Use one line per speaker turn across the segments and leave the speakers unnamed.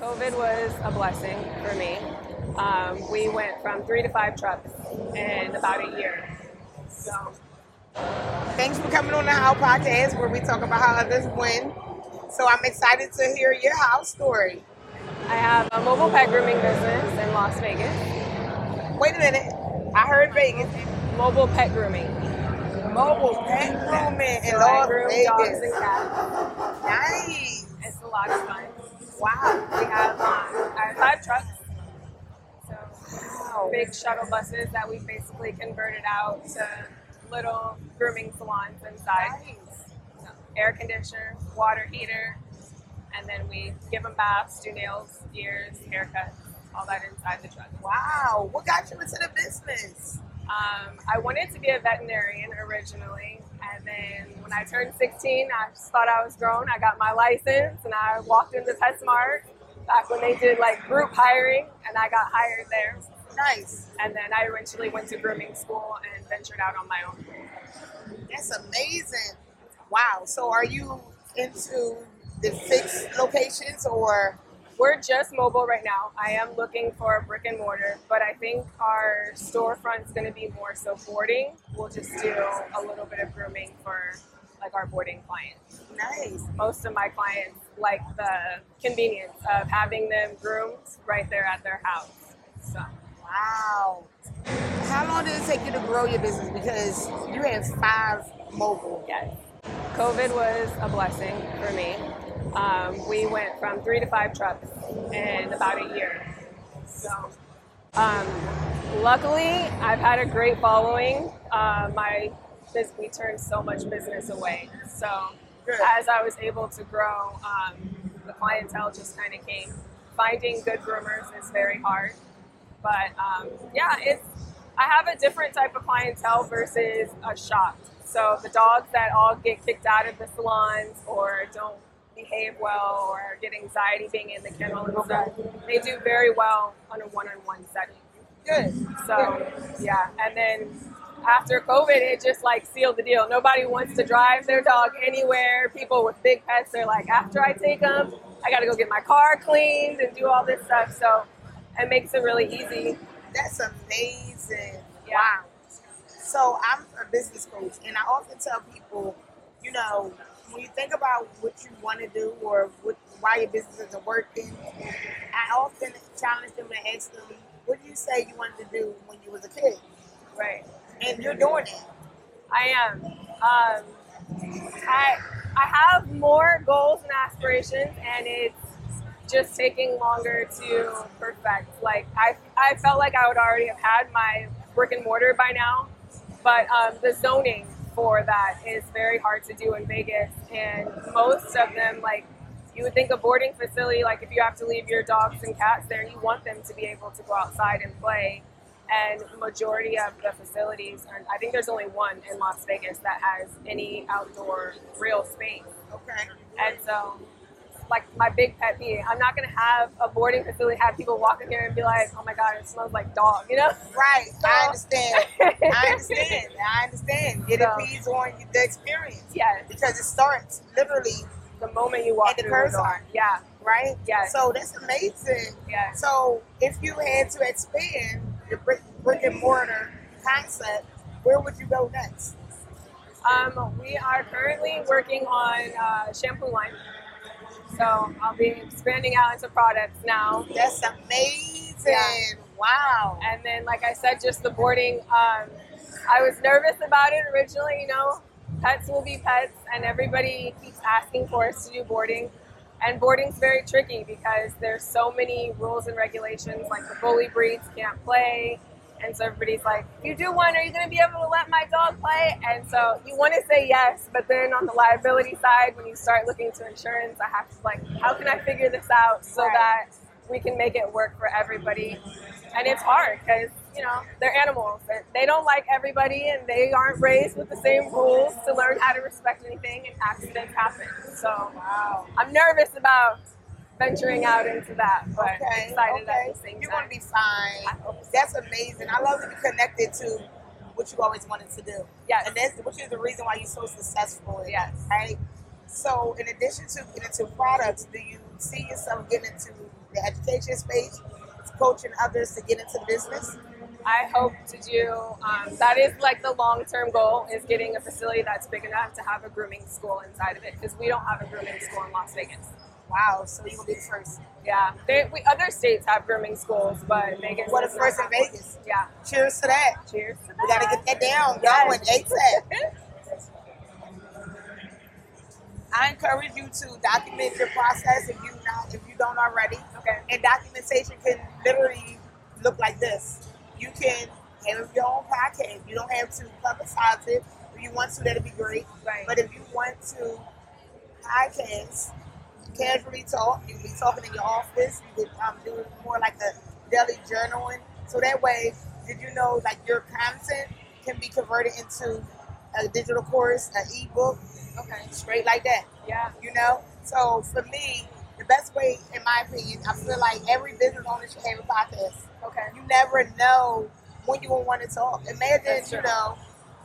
COVID was a blessing for me. Um, we went from three to five trucks in about a year. So
Thanks for coming on the How Podcast where we talk about how others win. So I'm excited to hear your how story.
I have a mobile pet grooming business in Las Vegas.
Wait a minute. I heard Vegas.
Mobile pet grooming.
Mobile pet grooming in
So I
Las
groom dogs and
Vegas.
cats.
Nice.
It's a lot of fun.
Wow.
We have um, our five trucks. So
Wow.
big shuttle buses that we basically converted out to little grooming salons inside. So, air conditioner, water heater, and then we give them baths, do nails, ears, haircuts, all that inside the truck.
Wow. What got you into the business?
Um, I wanted to be a veterinarian originally, and then when I turned 16, I just thought I was grown. I got my license, and I walked into PetSmart back when they did like group hiring, and I got hired there.
Nice.
And then I eventually went to grooming school and ventured out on my own.
That's amazing. Wow. So are you into the fixed locations or
We're just mobile right now. I am looking for a brick and mortar, but I think our storefront's going to be more so boarding. We'll just do a little bit of grooming for like our boarding clients.
nice?
Most of my clients like the convenience of having them groomed right there at their house. So
Wow. How long did it take you to grow your business? Because you had five mobile.
yes, COVID was a blessing for me. Um, we went from three to five trucks in about a year. So, um, luckily, I've had a great following. Uh, my bus- we turned so much business away. So,
Good.
as I was able to grow, um, the clientele just kind of came. Finding good groomers is very hard, but um, yeah, it's. I have a different type of clientele versus a shop. So the dogs that all get kicked out of the salons or don't behave well or get anxiety being in the kennel and stuff, they do very well on a one-on-one setting.
Good.
So yeah, and then after COVID, it just like sealed the deal. Nobody wants to drive their dog anywhere. People with big pets are like, after I take them, I got to go get my car cleaned and do all this stuff. So it makes it really easy.
That's amazing.
Yeah.
Wow. So I'm a business coach, and I often tell people, you know, when you think about what you want to do or what, why your business isn't working, I often challenge them and ask them, "What do you say you wanted to do when you was a kid?"
Right.
And you're doing it.
I am. Um, I I have more goals and aspirations, and it's just taking longer to perfect. Like I I felt like I would already have had my brick and mortar by now, but um, the zoning for that is very hard to do in Vegas, and most of them like. You would think a boarding facility, like if you have to leave your dogs and cats there, you want them to be able to go outside and play and majority of the facilities are, i think there's only one in las vegas that has any outdoor real space
Okay.
and so like my big pet peeve i'm not going to have a boarding facility have people walk in here and be like oh my god it smells like dog you know
Right. I
So-
understand. I understand. I understand. It
So-
depends on the experience
yes
because it starts literally,
the moment you walk
At the
through door.
curbside.
yeah
right?
Yes.
So that's amazing.
yes
So if you had to expand your brick, brick and mortar concept, where would you go next?
Um, we are currently working on uh, shampoo line, so I'll be expanding out into products now.
That's amazing.
Yeah.
Wow.
And then, like I said, just the boarding. Um, I was nervous about it originally, you know. Pets will be pets, and everybody keeps asking for us to do boarding. And boarding's very tricky because there's so many rules and regulations. Like the bully breeds can't play, and so everybody's like, "If you do one, are you going to be able to let my dog play?" And so you want to say yes, but then on the liability side, when you start looking to insurance, I have to like, how can I figure this out so
Right.
that we can make it work for everybody? and it's hard because you know they're animals They- they don't like everybody and they aren't raised with the same rules to learn how to respect anything and accidents happen so
Wow.
i'm nervous about venturing out into that but
Okay.
excited
okay.
at the same
You're
time
gonna be fine.
I hope so.
That's amazing. I love that you're connected to what you always wanted to do.
yes
And that's which is the reason why you're so successful.
yes
Right? So in addition to getting into products, do you see yourself getting into the education space, coaching others to get into business?
I hope to do. Um, that is like the long-term goal is getting a facility that's big enough to have a grooming school inside of it because we don't have a grooming school in Las Vegas.
Wow, so you will be the first.
Yeah, they, we, other states have grooming schools, but Vegas.
What a
does not
first in
have one.
Vegas.
Yeah.
Cheers to that.
Cheers. to
We gotta
that.
get that down.
Yes.
Y'all and ASAP. I encourage you to document your process if you not if you don't already.
Okay.
And documentation can literally look like this. You can have your own podcast. You don't have to publicize it. If you want to, that'd be great.
Right.
But if you want to podcast, casually talk, you can be talking in your office. You could um, do more like a daily journaling. So that way, did you know like your content can be converted into a digital course, an ebook,
okay.
straight like that.
Yeah.
You know. So for me, the best way, in my opinion, I feel like every business owner should have a podcast
Okay.
you never know when you will want to talk. Imagine,
That's
you
true.
know,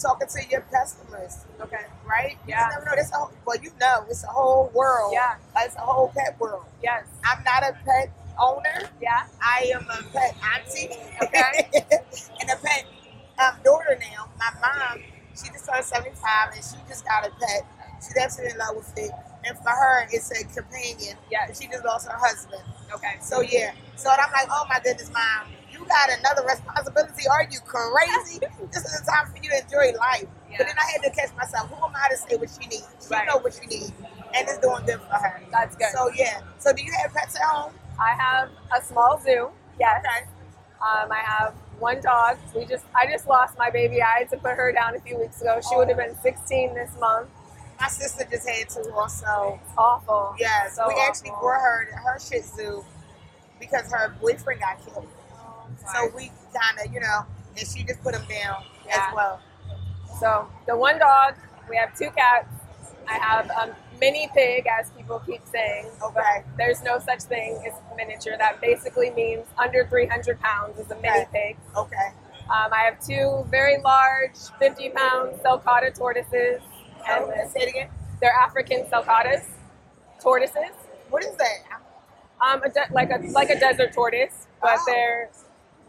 talking to your customers,
Okay.
right?
Yeah.
You just never know. That's a whole, well, you know, it's a whole world.
Yeah.
Like, It's a whole pet world.
Yes.
I'm not a pet owner.
Yeah.
I am a pet auntie.
Okay.
and a pet um, daughter now. My mom, she just turned 75 and she just got a pet. She's absolutely in love with it. And for her, it's a companion.
Yes.
And she just lost her husband.
Okay.
So yeah. So I'm like, oh my goodness, mom, you got another responsibility. Are you crazy? this is the time for you to enjoy life. But
Yeah.
then I had to catch myself. Who am I to say what she needs? She
Right.
know what she needs, and it's doing good for her.
That's good.
So yeah. So do you have pets at home?
I have a small zoo. Yes.
Okay.
Um, I have one dog. We just I just lost my baby. I had to put her down a few weeks ago. She would have been 16 this month.
My sister just had two also.
Awful.
Yeah.
So
So we actually
awful.
brought her to her Shih Tzu because her boyfriend got killed. So
So,
we kind of, you know, and she just put him down
Yeah.
as well.
so the one dog. We have two cats. I have a mini pig, as people keep saying.
Okay.
There's no such thing as miniature. That basically means under 300 pounds is a mini pig.
Okay.
Um, I have two very large, 50 pound Selcata tortoises. And
Oh, say it again.
they're African Selcatas tortoises.
What is that? I'm
Um, a de- like a like a desert tortoise, but
Oh.
they're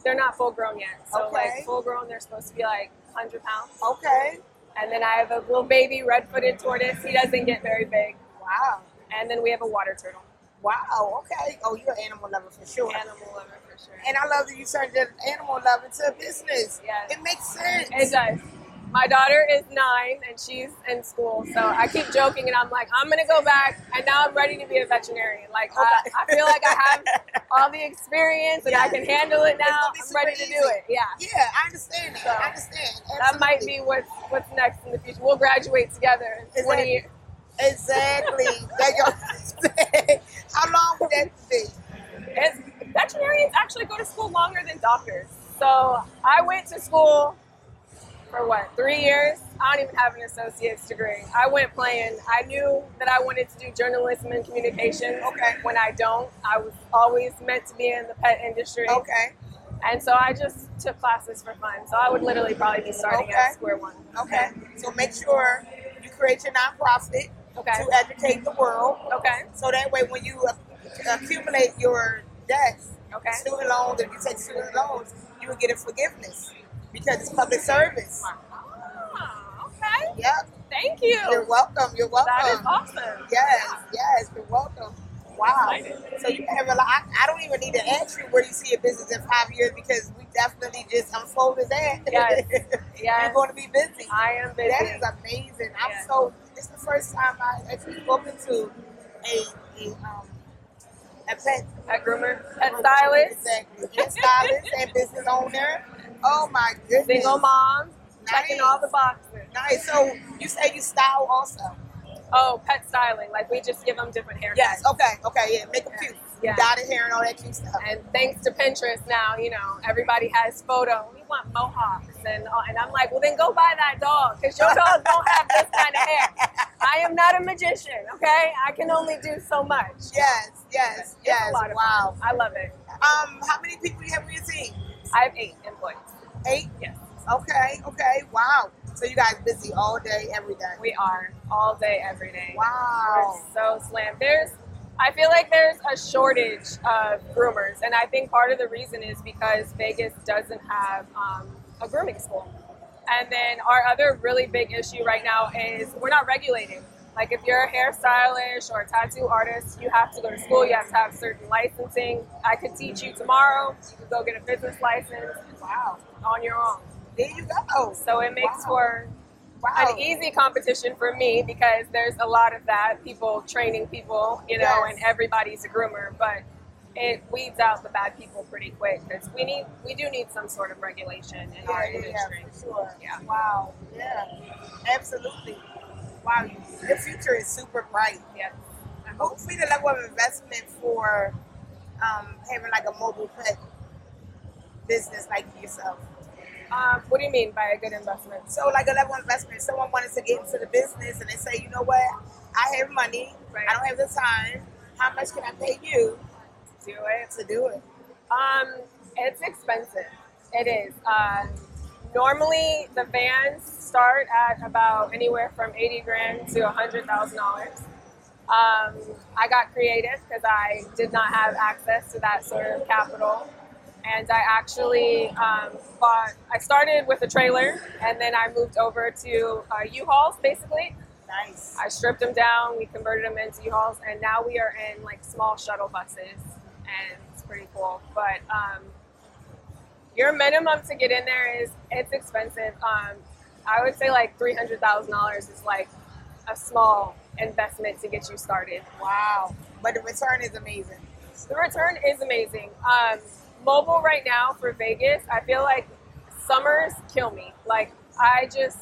they're not full grown yet. So
Okay.
like full grown, they're supposed to be like 100 pounds.
Okay.
And then I have a little baby red-footed tortoise. He doesn't get very big.
Wow.
And then we have a water turtle.
Wow. Okay. Oh, you're an animal lover for sure.
Animal lover for sure.
And I love that you turned your animal love into a business.
Yes.
It makes sense.
It does. My daughter is nine and she's in school, so I keep joking and I'm like, I'm gonna go back, and now I'm ready to be a veterinarian. Like I,
Okay.
I feel like I have all the experience and I
Yes.
can handle it
It's
now.
gonna be
I'm ready
super
to do it. Yeah,
yeah, I understand that.
So,
I understand.
that might
Absolutely.
be what's what's next in the future. We'll graduate together in 20
Exactly.
years.
Exactly. That y'all- How long would that be?
It's, veterinarians actually go to school longer than doctors. So I went to school for what, three years? I don't even have an associate's degree. I went playing. I knew that I wanted to do journalism and communications.
Okay.
When I don't, I was always meant to be in the pet industry.
Okay.
And so I just took classes for fun. So I would literally probably be starting
Okay.
at square one.
Okay. So make sure you create your nonprofit
Okay.
to educate the world.
Okay.
So that way, when you ac- accumulate your debts,
Okay.
student loans, if you take student loans, you will get a forgiveness because it's public service.
Ah, okay.
Yep.
Thank you.
You're welcome. You're welcome.
That is awesome.
Yes, yes, you're welcome. Wow.
Excited.
So you have a lot. I, I don't even need to ask you where you see your business in five years because we definitely just unfolded that.
Yes.
you're
Yes.
going to be busy.
I am busy.
That is amazing. I'm
Yes.
so. It's the first time I actually spoken to a a um a pet
pet groomer, pet stylist,
Exactly. Pet stylist and business owner. Oh my goodness.
single mom,
Nice.
checking all the boxes.
Nice. So you say you style also.
Oh, pet styling. Like we just give them different haircuts.
Yes. Okay. Okay. Yeah. Make them cute.
Yeah.
Dotted hair and all that cute stuff.
And thanks to Pinterest now, you know, everybody has photo. We want mohawks, and all- and I'm like, well, then go buy that dog because your dog don't have this kind of hair. I am not a magician, okay? I can only do so much.
Yes. Yes.
It's
Yes.
a lot of
Wow.
fun. I love it.
Um. How many people you have on your team?
I have eight employees.
Eight.
Yes.
Okay. Okay. Wow. So you guys busy all day, every day.
We are all day, every day.
Wow.
We're so slammed. There's, I feel like there's a shortage of groomers, and I think part of the reason is because Vegas doesn't have um, a grooming school. And then our other really big issue right now is we're not regulated. Like if you're a hairstylist or a tattoo artist, you have to go to school. You have to have certain licensing. I could teach you tomorrow. You could go get a business license. Wow, on your own.
There you go.
So it makes
Wow.
for
Wow.
an easy competition for me because there's a lot of that people training people, you know,
Yes.
and everybody's a groomer, but it weeds out the bad people pretty quick because we need we do need some sort of regulation in our
yeah, yeah, yeah,
industry.
for sure.
Yeah.
Wow. Yeah. Absolutely. Wow. you- Your future is super bright.
Yeah.
Hopefully, the level of investment for um, having like a mobile pet business like yourself.
Um, what do you mean by a good investment?
So, like a level of investment, if someone wanted to get into the business and they say, you know what, I have money,
Right.
I don't have the time. How much can I pay you
Do it.
to do it?
Um, it's expensive. It is. Uh, normally, the vans start at about anywhere from eighty grand to hundred thousand dollars. Um, I got creative because I did not have access to that sort of capital, and I actually um, bought. I started with a trailer, and then I moved over to uh, U-Hauls, basically.
Nice.
I stripped them down. We converted them into U-Hauls, and now we are in like small shuttle buses, and it's pretty cool. But um, your minimum to get in there is it's expensive. Um, I would say like three hundred thousand dollars is like a small investment to get you started.
Wow. But the return is amazing.
The return is amazing. Um, mobile right now for Vegas, I feel like summers kill me. Like I just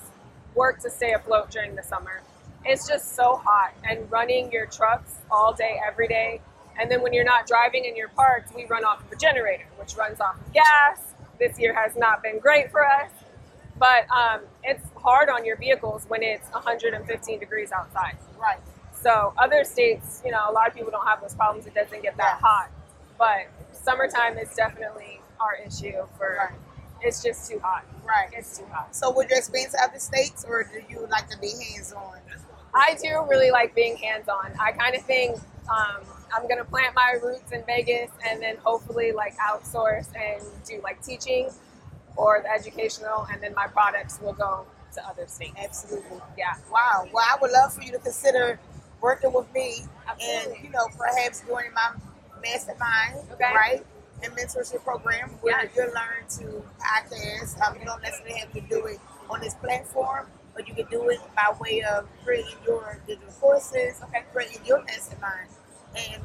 work to stay afloat during the summer. It's just so hot and running your trucks all day, every day. And then when you're not driving and you're parked, we run off of a generator, which runs off of gas. This year has not been great for us, but um, it's hard on your vehicles when it's 115 degrees outside.
Right.
So other states, you know, a lot of people don't have those problems. It doesn't get that
Yeah.
hot, but summertime is definitely our issue. For
Right.
it's just too hot.
Right.
It's too hot.
So would you expand to other states, or do you like to be hands on?
I do really like being hands on. I kind of think um, I'm gonna plant my roots in Vegas and then hopefully like outsource and do like teaching or the educational, and then my products will go to other states.
Absolutely.
Yeah,
Wow. Well, I would love for you to consider working with me, and
absolutely.
you know, perhaps joining my mastermind,
Okay.
right? And mentorship program where
Yes.
you learn to podcast. Um, you don't necessarily have to do it on this platform, but you can do it by way of creating your digital courses,
Okay.
creating your mastermind, and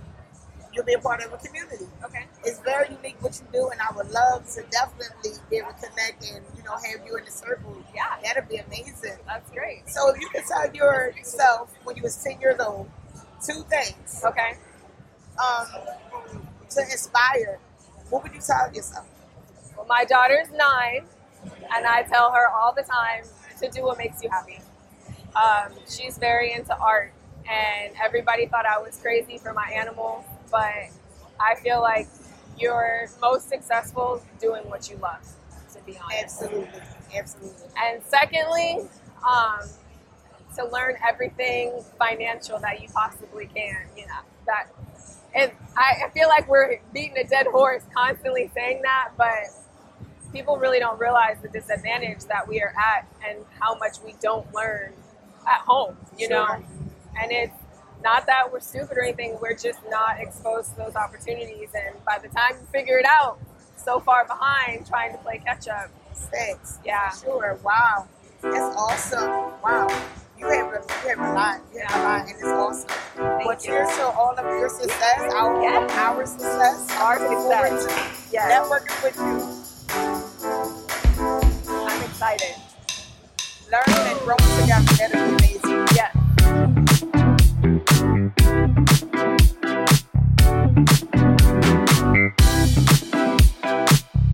you'll be a part of a community.
Okay.
it's very unique what you do, and I would love to definitely be able to connect and you know have you in the circle.
Yeah,
That'd be amazing.
that's great.
So if you could tell yourself when you was ten years old, two things
Okay.
um, to inspire. What would you tell yourself?
Well, my daughter's nine, and I tell her all the time to do what makes you happy. Um, she's very into art, and everybody thought I was crazy for my animals, but I feel like you're most successful doing what you love, to be honest.
Absolutely, absolutely.
And secondly, um, to learn everything financial that you possibly can. You know that, and I, I feel like we're beating a dead horse constantly saying that, but people really don't realize the disadvantage that we are at and how much we don't learn at home. You know,
Sure.
and it's not that we're stupid or anything. We're just not exposed to those opportunities, and by the time you figure it out, so far behind trying to play catch up.
Sex.
Yeah.
Sure. Wow. That's awesome. Wow. You have a, you have a lot. You have a lot, and it's awesome.
Thank
But
you.
cheers to all of your success, our,
Yes.
our success,
Our
Looking
success.
forward to
Yes.
networking with you,
I'm excited.
learning and growing together. That is amazing.
Yes.